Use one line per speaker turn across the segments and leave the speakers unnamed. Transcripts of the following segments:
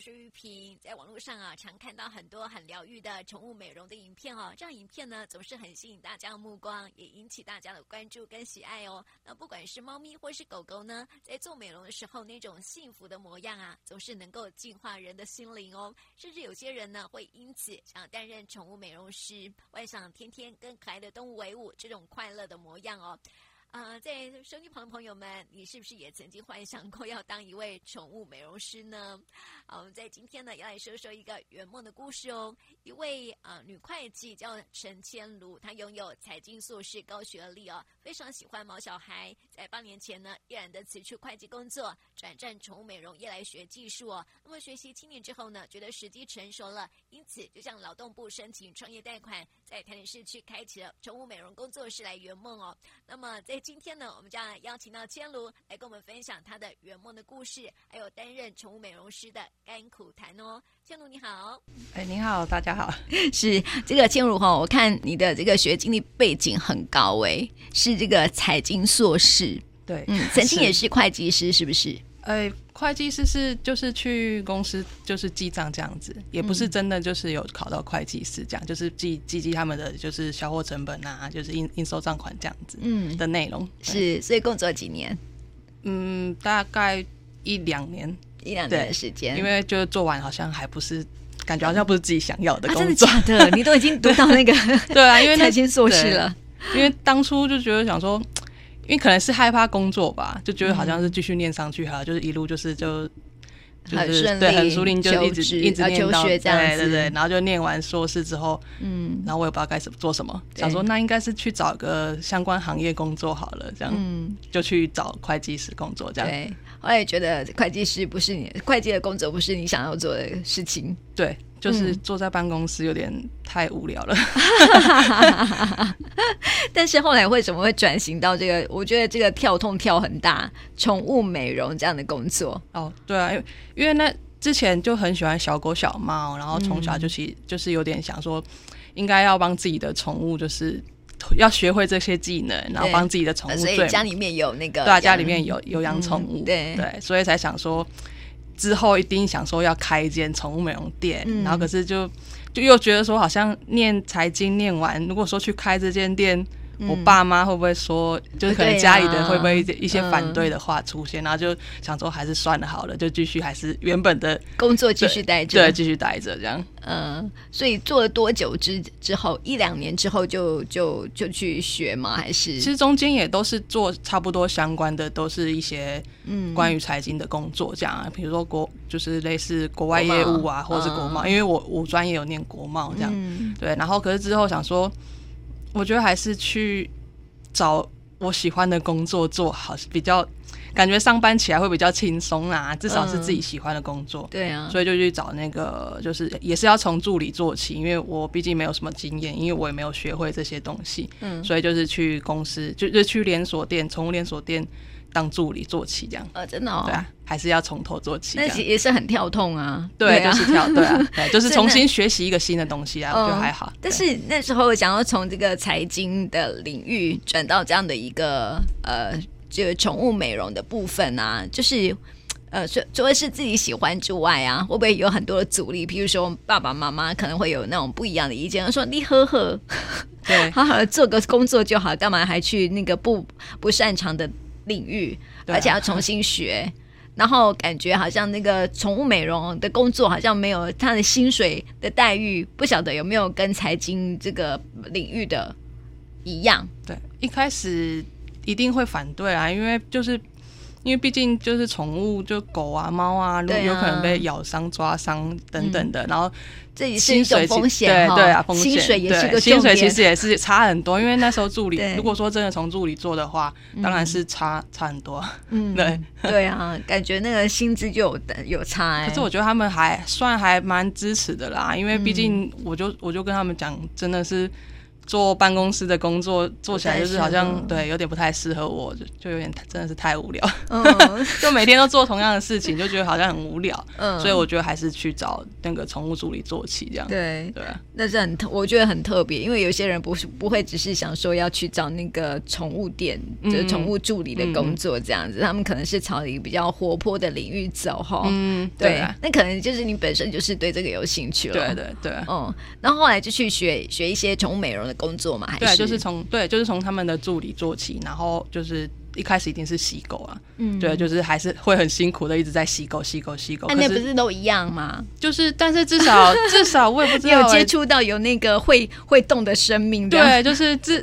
是玉萍，在网络上啊，常看到很多很疗愈的宠物美容的影片哦。这样影片呢，总是很吸引大家的目光，也引起大家的关注跟喜爱哦。那不管是猫咪或是狗狗呢，在做美容的时候，那种幸福的模样啊，总是能够净化人的心灵哦。甚至有些人呢，会因此想担任宠物美容师，幻想天天跟可爱的动物为伍，这种快乐的模样哦。呃，在收音机旁的朋友们，你是不是也曾经幻想过要当一位宠物美容师呢？好，我们在今天呢，要来说说一个圆梦的故事哦。一位呃女会计叫陈千卢，她拥有财经硕士高学历哦，非常喜欢毛小孩。在八年前呢，毅然的辞去会计工作，转战宠物美容业来学技术哦。那么学习七年之后呢，觉得时机成熟了，因此就向劳动部申请创业贷款，在台南市区开启了宠物美容工作室来圆梦哦。那么在今天呢，我们将邀请到千卢来跟我们分享他的圆梦的故事，还有担任宠物美容师的甘苦谈哦。千卢你好，
哎，你好，大家好。
是这个千卢哈，我看你的这个学经历背景很高诶，是这个财经硕士，
对，
嗯，曾经
是
也是会计师，是不是？
呃，会计师是就是去公司就是记账这样子，也不是
嗯
真的就是有考到会计师这样，就是记记记他们的就是销货成本啊，就是应应收账款这样子
嗯，
的内容。对，
是，所以工作几年，
嗯，大概一两年，
一两年的
对
时间，
因为就做完好像还不是，感觉好像不是自己想要的
啊，真的
工作。
假的？ 你都已经读到那个
对啊，因为那
财经硕士
对
了，
因为当初就觉得想说，因为可能是害怕工作吧，就觉得好像
嗯
是继续念上去啊哈，就是一路就是就。就
很
是
顺
对，很
利
熟练，就
求
一直
职
一直
呃
念
求
到
学这样
对对
子
对，然后就念完硕士之后，
嗯
然后我也不知道该怎么做什么，
对
想说那应该是去找个相关行业工作好了，这样、
嗯，
就去找会计师工作这样。
对。后来觉得会计师不是你会计的工作，不是你想要做的事情。
对，就是
嗯
坐在办公室有点太无聊了。
但是后来为什么会转型到这个？我觉得这个跳痛跳很大，宠物美容这样的工作。
哦，对啊，因为因为那之前就很喜欢小狗小猫，然后从小就其、就是有点想说，应该要帮自己的宠物，就是要学会这些技能，然后帮自己的宠
呃
物
所
最
以家里面有那个
对啊，家
呃养
里面有有养宠物，
嗯对
对，所以才想说之后一定想说要开一间宠物美容店，
嗯
然后可是就就又觉得说好像念财经念完，如果说去开这间店。我爸妈会不会说，就是可能
嗯对
家里的
啊
会不会一些一些
嗯
反对的话出现，然后就想说还是算了好了，就继续还是原本的
工作继续待着。
对，，继续待着这样。
呃，所以做了多久之之后，一两年之后就就就去学吗？还是
其实中间也都是做差不多相关的，都是一些
嗯
关于财经的工作这样、啊，比如说国就是类似国外业务啊，
国贸
或者是国贸，因为我我专业有念国贸这样，
嗯
对。然后可是之后想说，我觉得还是去找我喜欢的工作做好，比较感觉上班起来会比较轻松啊，至少是自己
嗯
喜欢的工作。
对啊，
所以就去找那个，就是也是要从助理做起，因为我毕竟没有什么经验，因为我也没有学会这些东西，
嗯
所以就是去公司，就就去连锁店，宠物连锁店当助理做起，这样，
呃，真的哦
对，啊，还是要从头做起，这
那
样
其，也是很跳痛啊。
对，
啊，
就是跳，对啊，对，就
真
是
的
重新学习一个新的东西啊，我觉得
嗯
还好，
但
对
是那时候想要从这个财经的领域转到这样的一个呃，就是宠物美容的部分啊，就是。呃，除除了是自己喜欢之外啊，会不会有很多的阻力？比如说爸爸妈妈可能会有那种不一样的意见，说你呵呵，
对
好好的做个工作就好，干嘛还去那个不不擅长的领域，
对啊
而且要重新学？然后感觉好像那个宠物美容的工作好像没有他的薪水的待遇，不晓得有没有跟财经这个领域的一样？
对，一开始一定会反对啊，因为就是。因为毕竟就是宠物，就狗啊、猫啊，如果
对啊嗯
有可能被咬伤、抓伤等等的，然后
这也是一
薪水
种
其
风险哈
对对啊，风险
薪水也是
对
个
薪
重
水
点。
其实也是差很多，因为那时候助理
对，
如果说真的从助理做的话，当然是差差很多，
嗯
对。
对啊，感觉那个薪资就有有差、欸。
可是我觉得他们
嗯
还算还蛮支持的啦，因为毕竟我就我就跟他们讲，真的是做办公室的工作做起来就是好
不太适
像
合
对有点不太适合我，就就有点太真的是太 无聊，
嗯
就每天都做同样的事情，就觉得好像很无聊，
嗯，
所以我觉得还是去找那个宠物助理做起这样。
对，
对啊，
那是很特，我觉得很特别，因为有些人不是不会只是想说要去找那个宠物店，
嗯
就是宠物助理的工作这样子，他们可能是朝一个比较活泼的领域走哈。
嗯，对
对
啊，，
那可能就是你本身就是对这个有兴趣了。
对。对对啊。
嗯，然后后来就去学学一些宠物美容的工作嘛，还
对啊，
是
就是从对，就是从他们的助理做起，然后就是一开始一定是洗狗啊，
嗯啊
对，就是还是会很辛苦的，一直在洗狗、洗狗、洗狗。
那
可
那不是都一样吗？
就是，但是至 少至少我也不知
你
道、
有接
欸。
触到有那个会会动的生命这样，
对，就是这，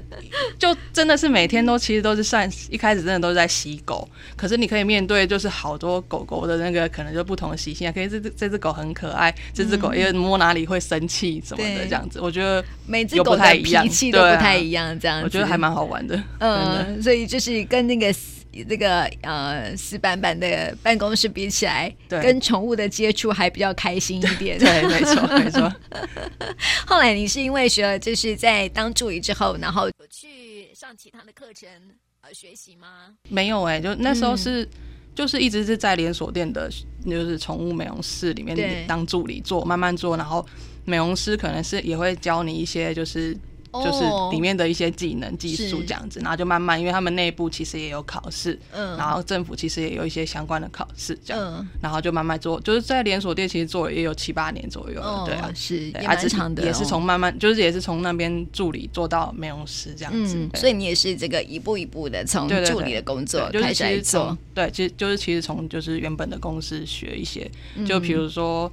就真的是每天都其实都是算一开始真的都是在洗狗，可是你可以面对就是好多狗狗的那个可能就不同的习性啊，可以这只这只狗很可爱，这只狗因为摸哪里会生气什么的
嗯对
这样子，我觉得
每只
有
狗
不
的
太一样
脾气都
对
不
啊
太一样，这样子
我觉得还蛮好玩的，真的。
嗯，所以就是跟那个死这个呃死板板的办公室比起来，
对
跟宠物的接触还比较开心一点。
对，没错， 没错。
后来你是因为学了，就是在当助理之后，然后
有去上其他的课程呃学习吗？
没有哎、就那时
嗯
候是、就是一直是在连锁店的，就是宠物美容室里
对
面当助理做，慢慢做，然后美容师可能是也会教你一些就是。就是
哦
里面的一些技能、技术
是
这样子，然后就慢慢，因为他们内部其实也有考试，
嗯
然后政府其实也有一些相关的考试这样，
嗯
然后就慢慢做，就是在连锁店其实做了也有七八年左右了，
哦
对啊，
是
对
也
啊
蛮
只是
长的、哦
也是。从慢慢，就是也是从那边助理做到美容师这样子，
嗯，
对
所以你也是这个一步一步的从
对对对
助理的工作
对
开始
就是
来
其实从
做，
对，其实就是其实从就是原本的公司学一些，
嗯
就比如说。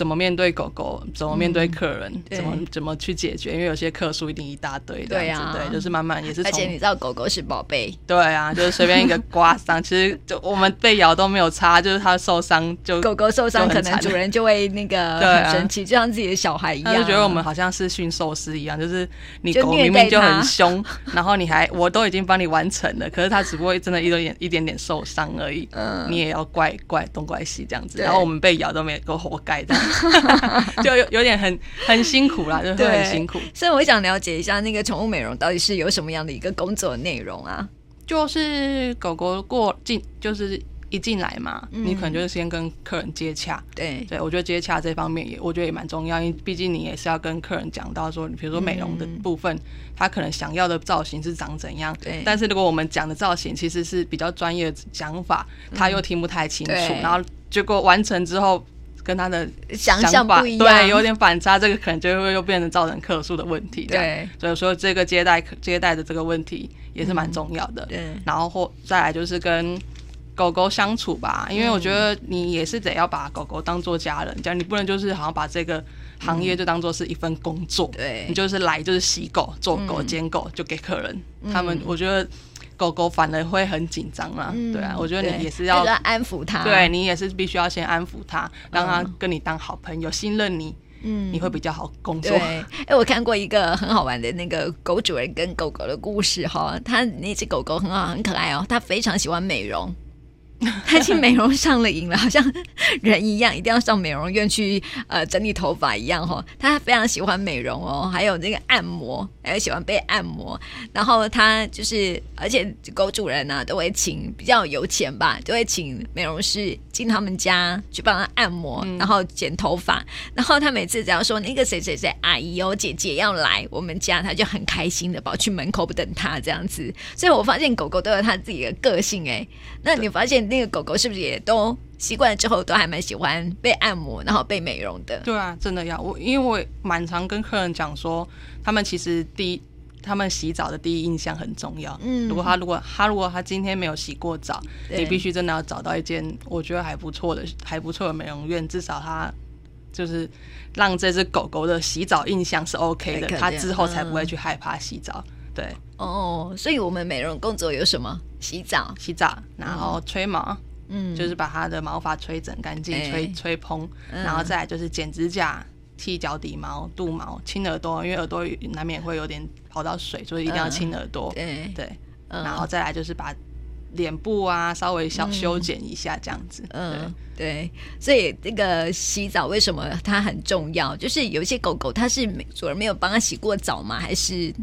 怎么面对狗狗？怎么面对客人？
嗯对
怎么怎么去解决？因为有些客数一定一大堆这样子，
对啊
对，就是慢慢也是
而且你
从
知道狗狗是宝贝，
对啊，就是随便一个刮伤，其实就我们被咬都没有差，就是它受伤就
狗狗受伤
就
可
很
能
惨
主人就会那 个
对啊
很生气，就像自己的小孩一样
他
啊，
就觉得我们好像是驯兽师一样，就是你
就
狗
虐
明
待
明就
它
很凶， 然后你还我都已经帮你完成了，可是它只不过真的一点点一点点受伤而已，
嗯
你也要怪怪东怪西这样子，
对
然后我们被咬都没都活该这样， 就有有点很很辛苦啦，就是会
对
很辛苦，
所以我想了解一下，那个宠物美容到底是有什么样的一个工作内容啊？
就是狗狗过进就是。一进来嘛，
嗯
你可能就是先跟客人接洽，
对，
对我觉得接洽这方面也，我觉得也蛮重要，因为毕竟你也是要跟客人讲到说，你比如说美容的
嗯
部分，他可能想要的造型是长怎样。
对
但是如果我们讲的造型其实是比较专业的讲法，他又听不太清楚，
嗯对
然后结果完成之后。跟他的
想
想
象
法
不一样，
对有点反差，这个可能就会又变成造成客数的问题。这样，
对
所以说这个接待接待的这个问题也是蛮重要的。
嗯对
然后或再来就是跟狗狗相处吧，
嗯
因为我觉得你也是得要把狗狗当做家人，这样你不能就是好像把这个行业就当做是一份工作，你
嗯对，
就是来就是洗狗、做狗、
嗯
捡狗就给客人，他们我觉得狗狗反而会很紧张啦，
嗯
对啊，我觉得
对
你也是要
就。安抚它，
对，你也是必须要先安抚它，让它
嗯
跟你当好朋友，信任你，
嗯
你会比较好工作
对，。哎、我看过一个很好玩的那个狗主人跟狗狗的故事哈，他那只狗狗很好，很可爱哦，他非常喜欢美容。 他去美容上了瘾了，好像人一样，一定要上美容院去呃整理头发一样哦。他非常喜欢美容哦，还有那个按摩，还有喜欢被按摩。然后他就是，而且狗主人呢、都会请比较有钱吧，都会请美容师进他们家去帮他按摩，然后剪头发。然后他每次只要说那个谁谁谁阿姨哦姐姐要来我们家，他就很开心的跑去门口等他这样子。所以我发现狗狗都有它自己的个性哎、那你发现那个狗狗是不是也都习惯了之后都还蛮喜欢被按摩，然后被美容的？
对啊，真的要我，因为我也蛮常跟客人讲说，他们其实第一，他们洗澡的第一印象很重要。
嗯
如果他如果他如果他今天没有洗过澡，
对
你必须真的要找到一间我觉得还不错的还不错的美容院，至少他。就是让这只狗狗的洗澡印象是 OK 的，
哎可
它
见
之后才不会
嗯
去害怕洗澡。对，
哦，所以我们美容工作有什么？洗澡，
洗澡，然后吹毛，
嗯，
就是把它的毛发吹整干净，
哎
吹吹蓬，
嗯
然后再来就是剪指甲、剃脚底毛、肚毛、清耳朵，因为耳朵难免会有点跑到水，所以一定要清耳朵。
嗯对，
对，
嗯
然后再来就是把脸部啊稍微小修剪一下这样子。
嗯，对，所以这个洗澡为什么它很重要？就是有一些狗狗它是没主人没有帮它洗过澡吗？还是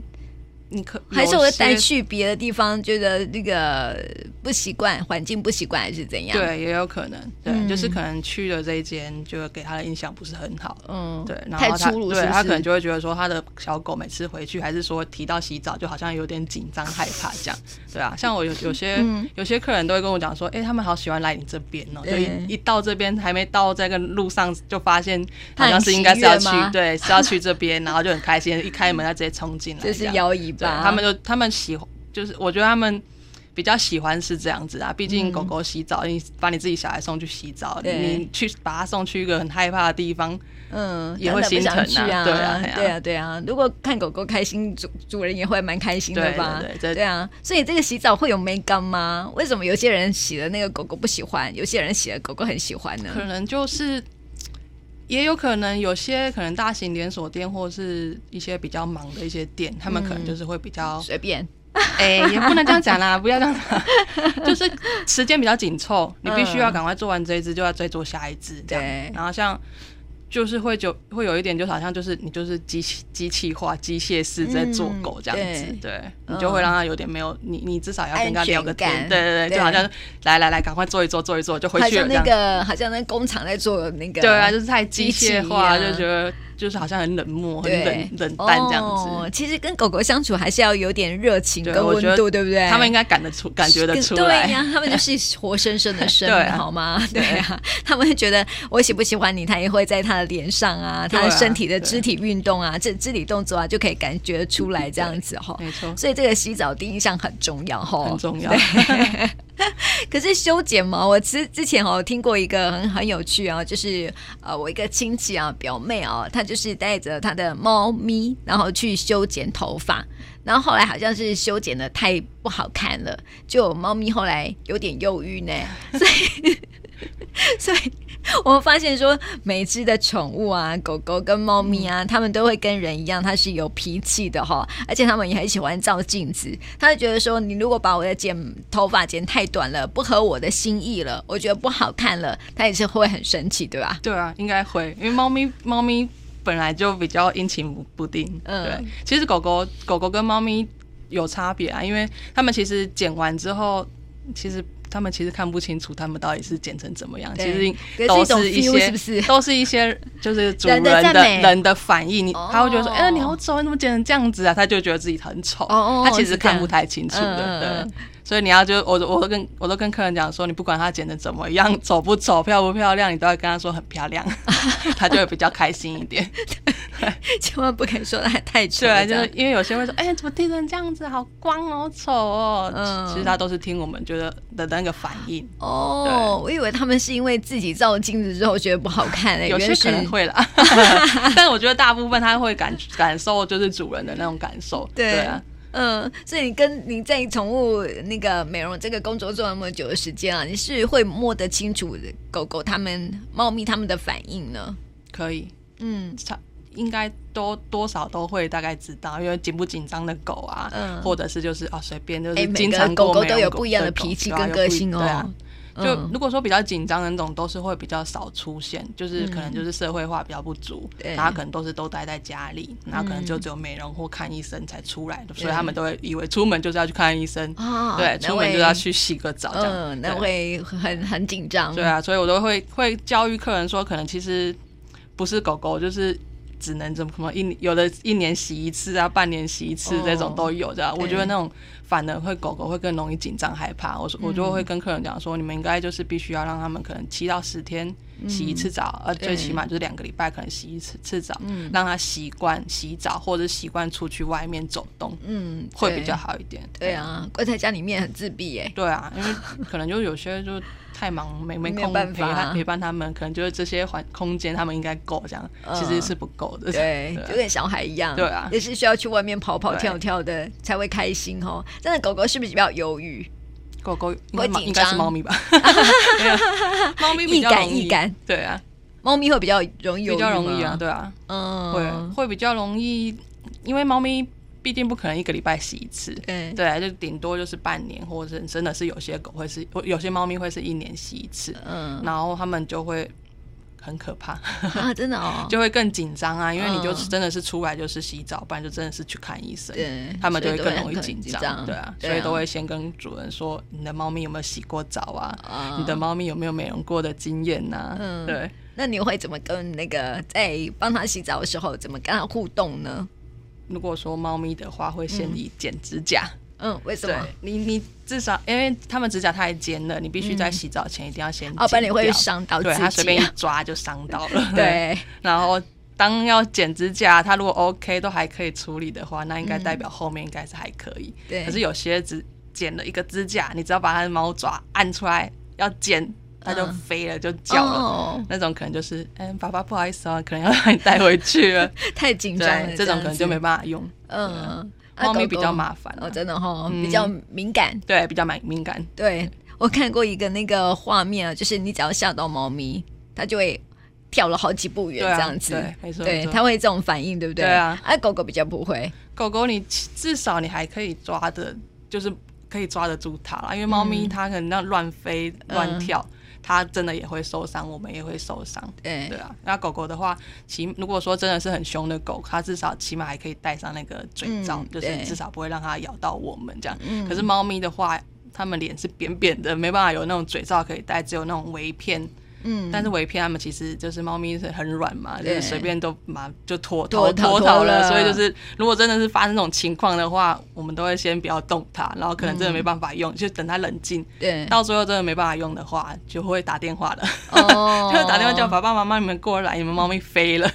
你可
还是我
有
会
些
带去别的地方，觉得那个不习惯，环境不习惯还是怎样？，
对，也有可能，对，
啊嗯
就是可能去了这一间，就给他的印象不是很好。
嗯，
对，然
太
后他
粗鲁是
对
不
他
是
可能就会觉得说，他的小狗每次回去，还是说提到洗澡，就好像有点紧张害怕这样，对啊。 像我有有些、有些客人都会跟我讲说，哎、他们好喜欢来你这边哦、就
嗯对
一一到这边还没到这个路上，就发现
他
好像
很
是
喜
应该是要
悦
去
吗，
对，是要去这边， 然后就很开心，一开门他直接冲进来这
就
样，
是摇尾
对，啊
巴，
他们就他们喜欢，就是我觉得他们比较喜欢是这样子啊。毕竟狗狗洗澡，你把你自己小孩送去洗澡，
嗯对
你去把它送去一个很害怕的地方，
嗯
也会
当然不
心
想
疼啊
去
对
啊
啊嘿，啊
对啊，对啊。如果看狗狗开心，主主人也会蛮开心的
对
吧？
对对这
啊。所以这个洗澡会有美感吗？为什么有些人洗的那个狗狗不喜欢，有些人洗的狗狗很喜欢
可
呢？
能就是。也有可能有些可能大型连锁店或是一些比较忙的一些店，他们可能就是会比较
随便，
哎、也不能这样讲啦， 不要这样讲， 就是时间比较紧凑，你必须要赶快做完这一只，就要再做下一只这样。
嗯对
然后像就是会就会有一点，就好像就是你就是机器机器化、机械式在做狗这样子，
嗯
对
嗯
你就会让它有点没有你，你至少要跟它聊个
安全感
天，对对
对
对，就好像来来来，赶快做一做做一做，就回
好
去了
像
这
那
样。
个，好像那工厂在做那个，
对啊，就是太机
机器
械化，
一样
就觉得就是好像很冷漠、很
对
冷冷淡这样子。
哦其实跟狗狗相处还是要有点热情
对
跟
我
温
觉得
度，对不对？
他们应该感得出，感觉得
跟
出来。
对呀、他们就是活生生的 生
对
命，
啊
好吗？对呀、他们会觉得我喜不喜欢你，他也会在他的脸上啊，
对
他
啊
的身体的
对
肢体运动啊，这肢体动作啊，就可以感觉出来这样子 哈。
没错，
所以这个洗澡第一印象很重要哈，
很重要。
可是修剪毛，我之之前哦听过一个很很有趣啊，就是呃我一个亲戚啊表妹啊，她就是带着她的猫咪，然后去修剪头发，然后后来好像是修剪的太不好看了，就猫咪后来有点忧郁呢，所以所以。 我们发现说，每只的宠物啊，狗狗跟猫咪啊，它们都会跟人一样，它是有脾气的哈、而且它们也很喜欢照镜子。它就觉得说，你如果把我的剪头发剪太短了，不合我的心意了，我觉得不好看了，它也是会很生气，对吧？
对啊，应该会，因为猫咪猫咪本来就比较阴晴不不定。
嗯
对，其实狗狗狗狗跟猫咪有差别啊，因为它们其实剪完之后，其实。它们其实看不清楚，它们到底是剪成怎么样。
对
其实
对
都
是一种
是一
feel，
些，
是不是
都是一些，就是主
人
人
的
的
赞美
人的反应。你
哦
他会觉得说：“哎、你好丑，你怎么剪成这样子啊？”他就觉得自己很丑。
哦哦
他其
是
实
这样
看不太清楚的。
嗯嗯
对，
嗯
所以你要就我我都跟我都跟客人讲说，你不管它剪得怎么样，丑不丑，漂不漂亮，你都要跟他说很漂 亮，他就会比较开心一点。
千万不可以说它太丑
对啊，
了，
就
这样
是因为有些会说，哎、怎么剃成这样子，好光哦，丑哦。
嗯
其实他都是听我们觉得的那个反应，
哦，我以为他们是因为自己照镜子之后觉得不好看嘞、
有
原来
些
是
可能会 啦， 但我觉得大部分他会感感受就是主人的那种感受。
对
啊，
嗯，所以你跟你在宠物那个美容这个工作做那么久的时间啊，你是会摸得清楚狗狗它们、猫咪它们的反应呢？
可以。
嗯，
差应该都多少都会大概知道，因为紧不紧张的狗啊，
嗯
或者是就是啊随便就是
哎每个
经常
狗
过
狗
美
都
容
有
狗
不一样的
对狗
脾气
对啊
跟
有
个
不一
性哦
对啊就
嗯
如果说比较紧张的那种，都是会比较少出现，就是可能就是社会化比较不足，
嗯对嗯
然后可能都是都待在家里，然后可能就只有美容或看医生才出来的，所以他们都会以为出门就是要去看医生，
啊
对，
那
出门
会
就要去洗个澡这样，
嗯，那
对
会很很紧张。
对啊，所以我都会会教育客人说，可能其实不是狗狗，就是只能怎么什么一有的一年洗一次啊，半年洗一次
哦
这种都有的。我觉
对
得那种反而会狗狗会更容易紧张害怕。我说
嗯
我就会跟客人讲说，你们应该就是必须要让他们可能七到十天洗一次澡，呃，
嗯对嗯
最起码就是两个礼拜可能洗一次次澡，让他习惯洗澡或者习惯出去外面走动，
嗯，
会
对
比较。好一点。
对啊，关在家里面很自闭耶。
对啊，因为可能就有些就太忙，没没
没有
空
办
陪
法
他陪伴他们，可能就是这些环空间他们应该够这样，
嗯
其实是不够的。
对，就
对啊
跟小孩一样，
对啊
也是需要去外面跑跑
对
跳跳的才会开心哦。真的，狗狗是不是比较忧郁？
狗狗应该
会
猫
紧
应该是
张
猫咪 吧，对啊猫咪比较容易
易感易感，
对啊，
猫咪会比较容易忧郁
比较容易啊，
吗，
对啊，
嗯，
会会比较容易，因为猫咪毕竟不可能一个礼拜洗一次。
对
对，啊就顶多就是半年，或者是真的是有些狗会是，有些猫咪会是一年洗一次，
嗯
然后它们就会很可怕，
啊，真的 哦，
就会更紧张啊，因为你就
嗯
真的是出来就是洗澡，不然就真的是去看医生。
对，
他们就
所
会
以
更
很
容易
可能
紧
紧
张，对啊，所以都会先跟主人说你的猫咪有没有洗过澡啊，
啊
你的猫咪有没有美容过的经验呐、
嗯
对，
那你会怎么跟那个在帮它洗澡的时候怎么跟它互动呢？
如果说猫咪的话，会先你剪指甲，
嗯，为什
对
么？
你你至少因为它们指甲太尖了，你必须在洗澡前一定要先
嗯哦，不然你会
剪掉
伤到自
对它随
己
便一
啊。
抓就伤到了，
对，
然后。当要剪指甲，它如果 OK 都还可以处理的话，那应该代表后面应该是还可以。
对
可是有些只剪了一个指甲，你只要把它的猫爪按出来要剪，它就
嗯
飞了，就叫了。
哦，
那种可能就是，嗯，爸爸不好意思哦，可能要把你带回去了。
太紧张了
对，，这种
嗯样
可能就
子
没办法用。
嗯，啊
猫咪
狗
比
狗
较麻烦啊
哦，真的哈，
嗯
比较敏感。
对，比较敏敏感。
对我看过一个那个画面啊，就是你只要吓到猫咪，它就会跳了好几步远
对啊
这样子。
对没错没
对，
错
它会这种反应，对不对？
对啊，
狗狗比较不会。
狗狗你起至少你还可以抓的，就是可以抓得住它啦，因为猫咪它可能那乱飞
嗯
乱跳，它真的也会受伤，我们也会受伤。
对
对啊，那狗狗的话，起如果说真的是很凶的狗，它至少起码还可以戴上那个嘴罩，
嗯
就是
对
至少不会让它咬到我们这样。
嗯
可是猫咪的话，它们脸是扁扁的，没办法有那种嘴罩可以戴，只有那种围片。
嗯，
但是围片它们其实就是猫咪是很软嘛，就
对
是随便都嘛就脱
脱
脱
逃
脱
脱
逃了，
了
所以就是如果真的是发生这种情况的话，我们都会先不要动它，然后可能真的没办法用，就等它冷静。
对，
到最后真的没办法用的话，就会打电话了，
哦
就打电话叫爸爸妈妈你们过来，你们猫咪飞了，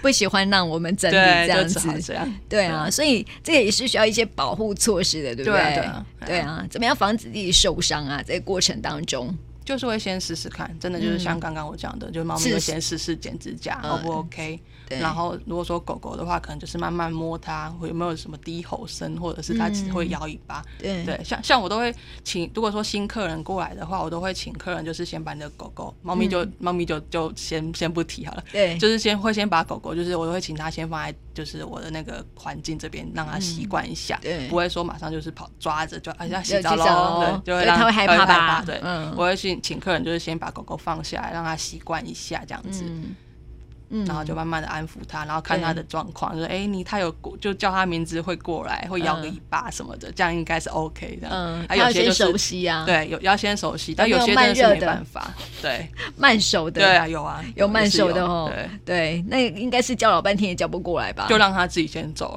不喜欢让我们整理这
对，就
样
只好
子。
这样。
对啊，所以这也是需要一些保护措施的，对不
对啊对啊
对啊，怎么样防止自己受伤啊？在过程当中，
就是会先试试看，真的就是像刚刚我讲的，就是猫咪
试
会
试
先试试剪指甲
嗯
O 不 OK，
对
然后如果说狗狗的话，可能就是慢慢摸它，会有没有什么低吼声，或者是它只会摇尾巴。
嗯对
对，像像我都会请，如果说新客人过来的话，我都会请客人就是先把你的狗狗，猫
嗯
咪就、猫咪就就先先不提好了。
对
就是先会先把狗狗，就是我会请它先放在就是我的那个环境这边，让它习惯一下，
对嗯
不会说马上就是跑抓着就哎要洗
要
澡
洗澡
喽
咯，
对，就会
对
让
它会害怕吧
对，
嗯
我会请请客人就是先把狗狗放下来，让它习惯一下这样子。
嗯嗯
然后就慢慢的安抚它，然后看它的状况，就说哎、你它有过就叫它名字会过来，会摇个
嗯
尾巴什么的，这样应该是 OK 的。
嗯，
还
它要
有些就
先
是
熟悉啊，，
对，有要先熟悉，但
有没
有
有
些真的是
慢热
没
的
办法。 对
慢熟的，
对啊，有啊，
有慢
手
手的哦
对，
对，那应该是叫老半天也叫不过来吧？
就让它自己先走，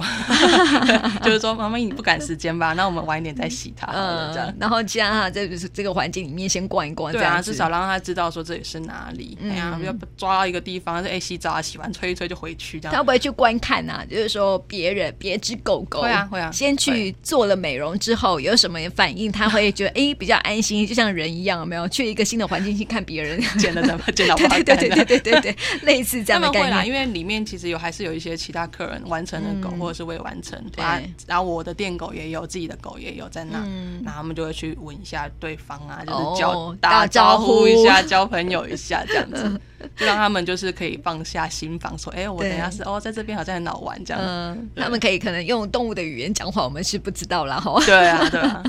就是说妈妈你不赶时间吧，那我们晚一点再洗它好了，啊这样
嗯。，然后既然他在就是这个环境里面先逛一逛，
对
这
啊，
样子
至少让它知道说这里是哪里。哎呀，
嗯
不要抓到一个地方，就哎、洗澡啊，洗完吹一吹就回去这
他会
样。
不会去观看啊？就是说别人别只狗狗
会啊会啊
先去做了美容之后有什么反应，他会觉得哎、诶比较安心，就像人一样，有没有去一个新的环境去看别人，
剪了怎么剪了不好
对
看
对
的？
对对对对对，类似
他
这样的
们会
概
啦，
念，
因为里面其实有还是有一些其他客人完成的狗，
嗯
或者是未完成，啊
对，
然后我的店狗也有，自己的狗也有在那，
嗯
然后他们就会去闻一下对方啊，就
哦
是叫、
打
打招
招呼嗯
呼一下，交朋友一下这样子，就让他们就是可以放下心防，说，哎、我
对
等一下是哦，在这边好像很好玩这样，
嗯，他们可以可能用动物的语言讲话，我们是不知道啦哈。吼
对啊，对啊，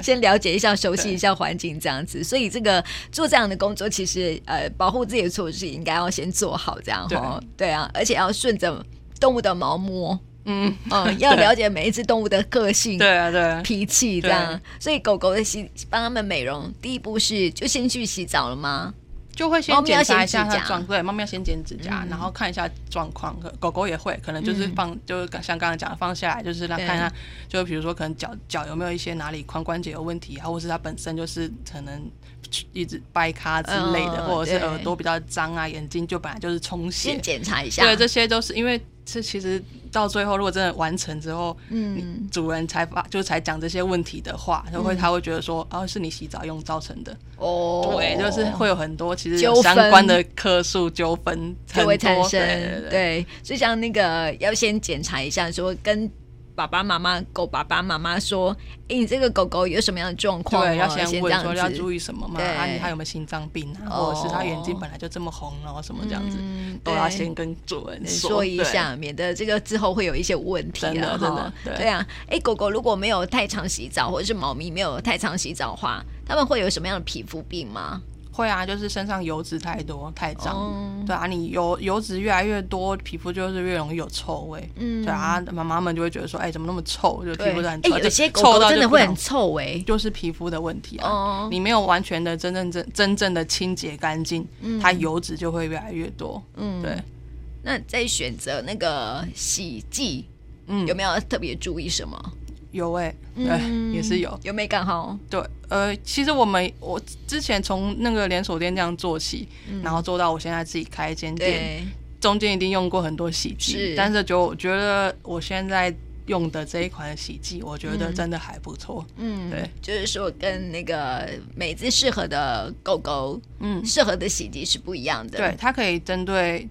先了解一下、熟悉一下环境这样子。所以这个做这样的工作，其实呃，保护自己的措施应该要先做好，这样
对
哈。对啊，而且要顺着动物的毛摸，
嗯，
嗯，要
对
了解每一只动物的个性。
对啊，对啊，
脾气这样，所以狗狗的洗帮它们美容，第一步是就先去洗澡了吗？
就会
猫
先
咪要
检查一
先
下
指
它
甲嗯
状，对，猫咪要先剪指甲，然后看一下状况。可狗狗也会，可能就是放，就是像刚刚讲的放下来，就是让
对
看看，就比如说可能脚脚有没有一些哪里髋关节有问题啊，或是它本身就是可能一直掰咖之类的，
嗯
或者是
对
耳朵比较脏啊，眼睛就本来就是充血
先，检查一下。
对，这些都是因为这其实到最后，如果真的完成之后，嗯，主人才发就才讲这些问题的话，就
嗯
会他会觉得说，哦，是你洗澡用造成的，
哦，
对，就是会有很多其实
纠
有
纷
相关的客诉纠纷很
就
多
会产生
对对对
对，就像那个要先检查一下，说跟。爸爸妈妈、狗爸爸妈妈说：“哎，你这个狗狗有什么样的状况、哦？”
对，要先
先这
问
样
说
子
要注意什么嘛？
对
啊，你还有没有心脏病啊？
哦
或者是他眼睛本来就这么红了，什么这样子，
嗯
都要
对
先跟主人
说一
对
下，免得这个之后会有一些问题
真的
啊！
真的
哈
对
对啊，哎，狗狗如果没有太常洗澡，或者是猫咪没有太常洗澡的话，它们会有什么样的皮肤病吗？
会啊，就是身上油脂太多太脏，
哦
对啊，你油油脂越来越多，皮肤就是越容易有臭味。
嗯
对啊，妈妈们就会觉得说，哎、怎么那么臭？就皮
对，
肤都很臭，
哎有
就
些狗
臭
狗
到
真
就
的
不
会
能
很臭哎。
就是皮肤的问题啊。
哦
你没有完全的真正真真正的清洁干净，
嗯
它油脂就会越来越多。
嗯
对，
那在选择那个洗剂，
嗯，
有
有
没有特别注意什么？
有哎、对，
嗯
也是有。
有没干好？
对，呃，其实我们我之前从那个连锁店这样做起，然后做到我现在自己开一间店，
嗯对，
中间一定用过很多洗剂
是，
但是就我觉得我现在用的这一款洗剂，我觉得真的还不错。
嗯，
对，
就是说跟那个每只适合的狗狗
嗯，
适合的洗剂是不一样的。
对，，它可以针对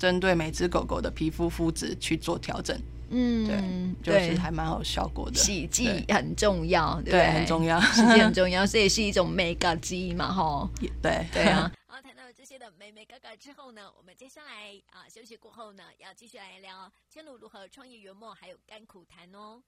针对每只狗狗的皮肤肤质去做调整，
嗯，
就是还蛮有效果的。
洗剂很重要，对不
对，很重
要，
要。
洗剂很重要，所以是一种 make up 机嘛，吼，
对
对啊，
好，谈到这些的美美嘎嘎之后呢，我们接下来啊休息过后呢，要继续来聊千鲁如何创业圆梦，还有甘苦谈哦。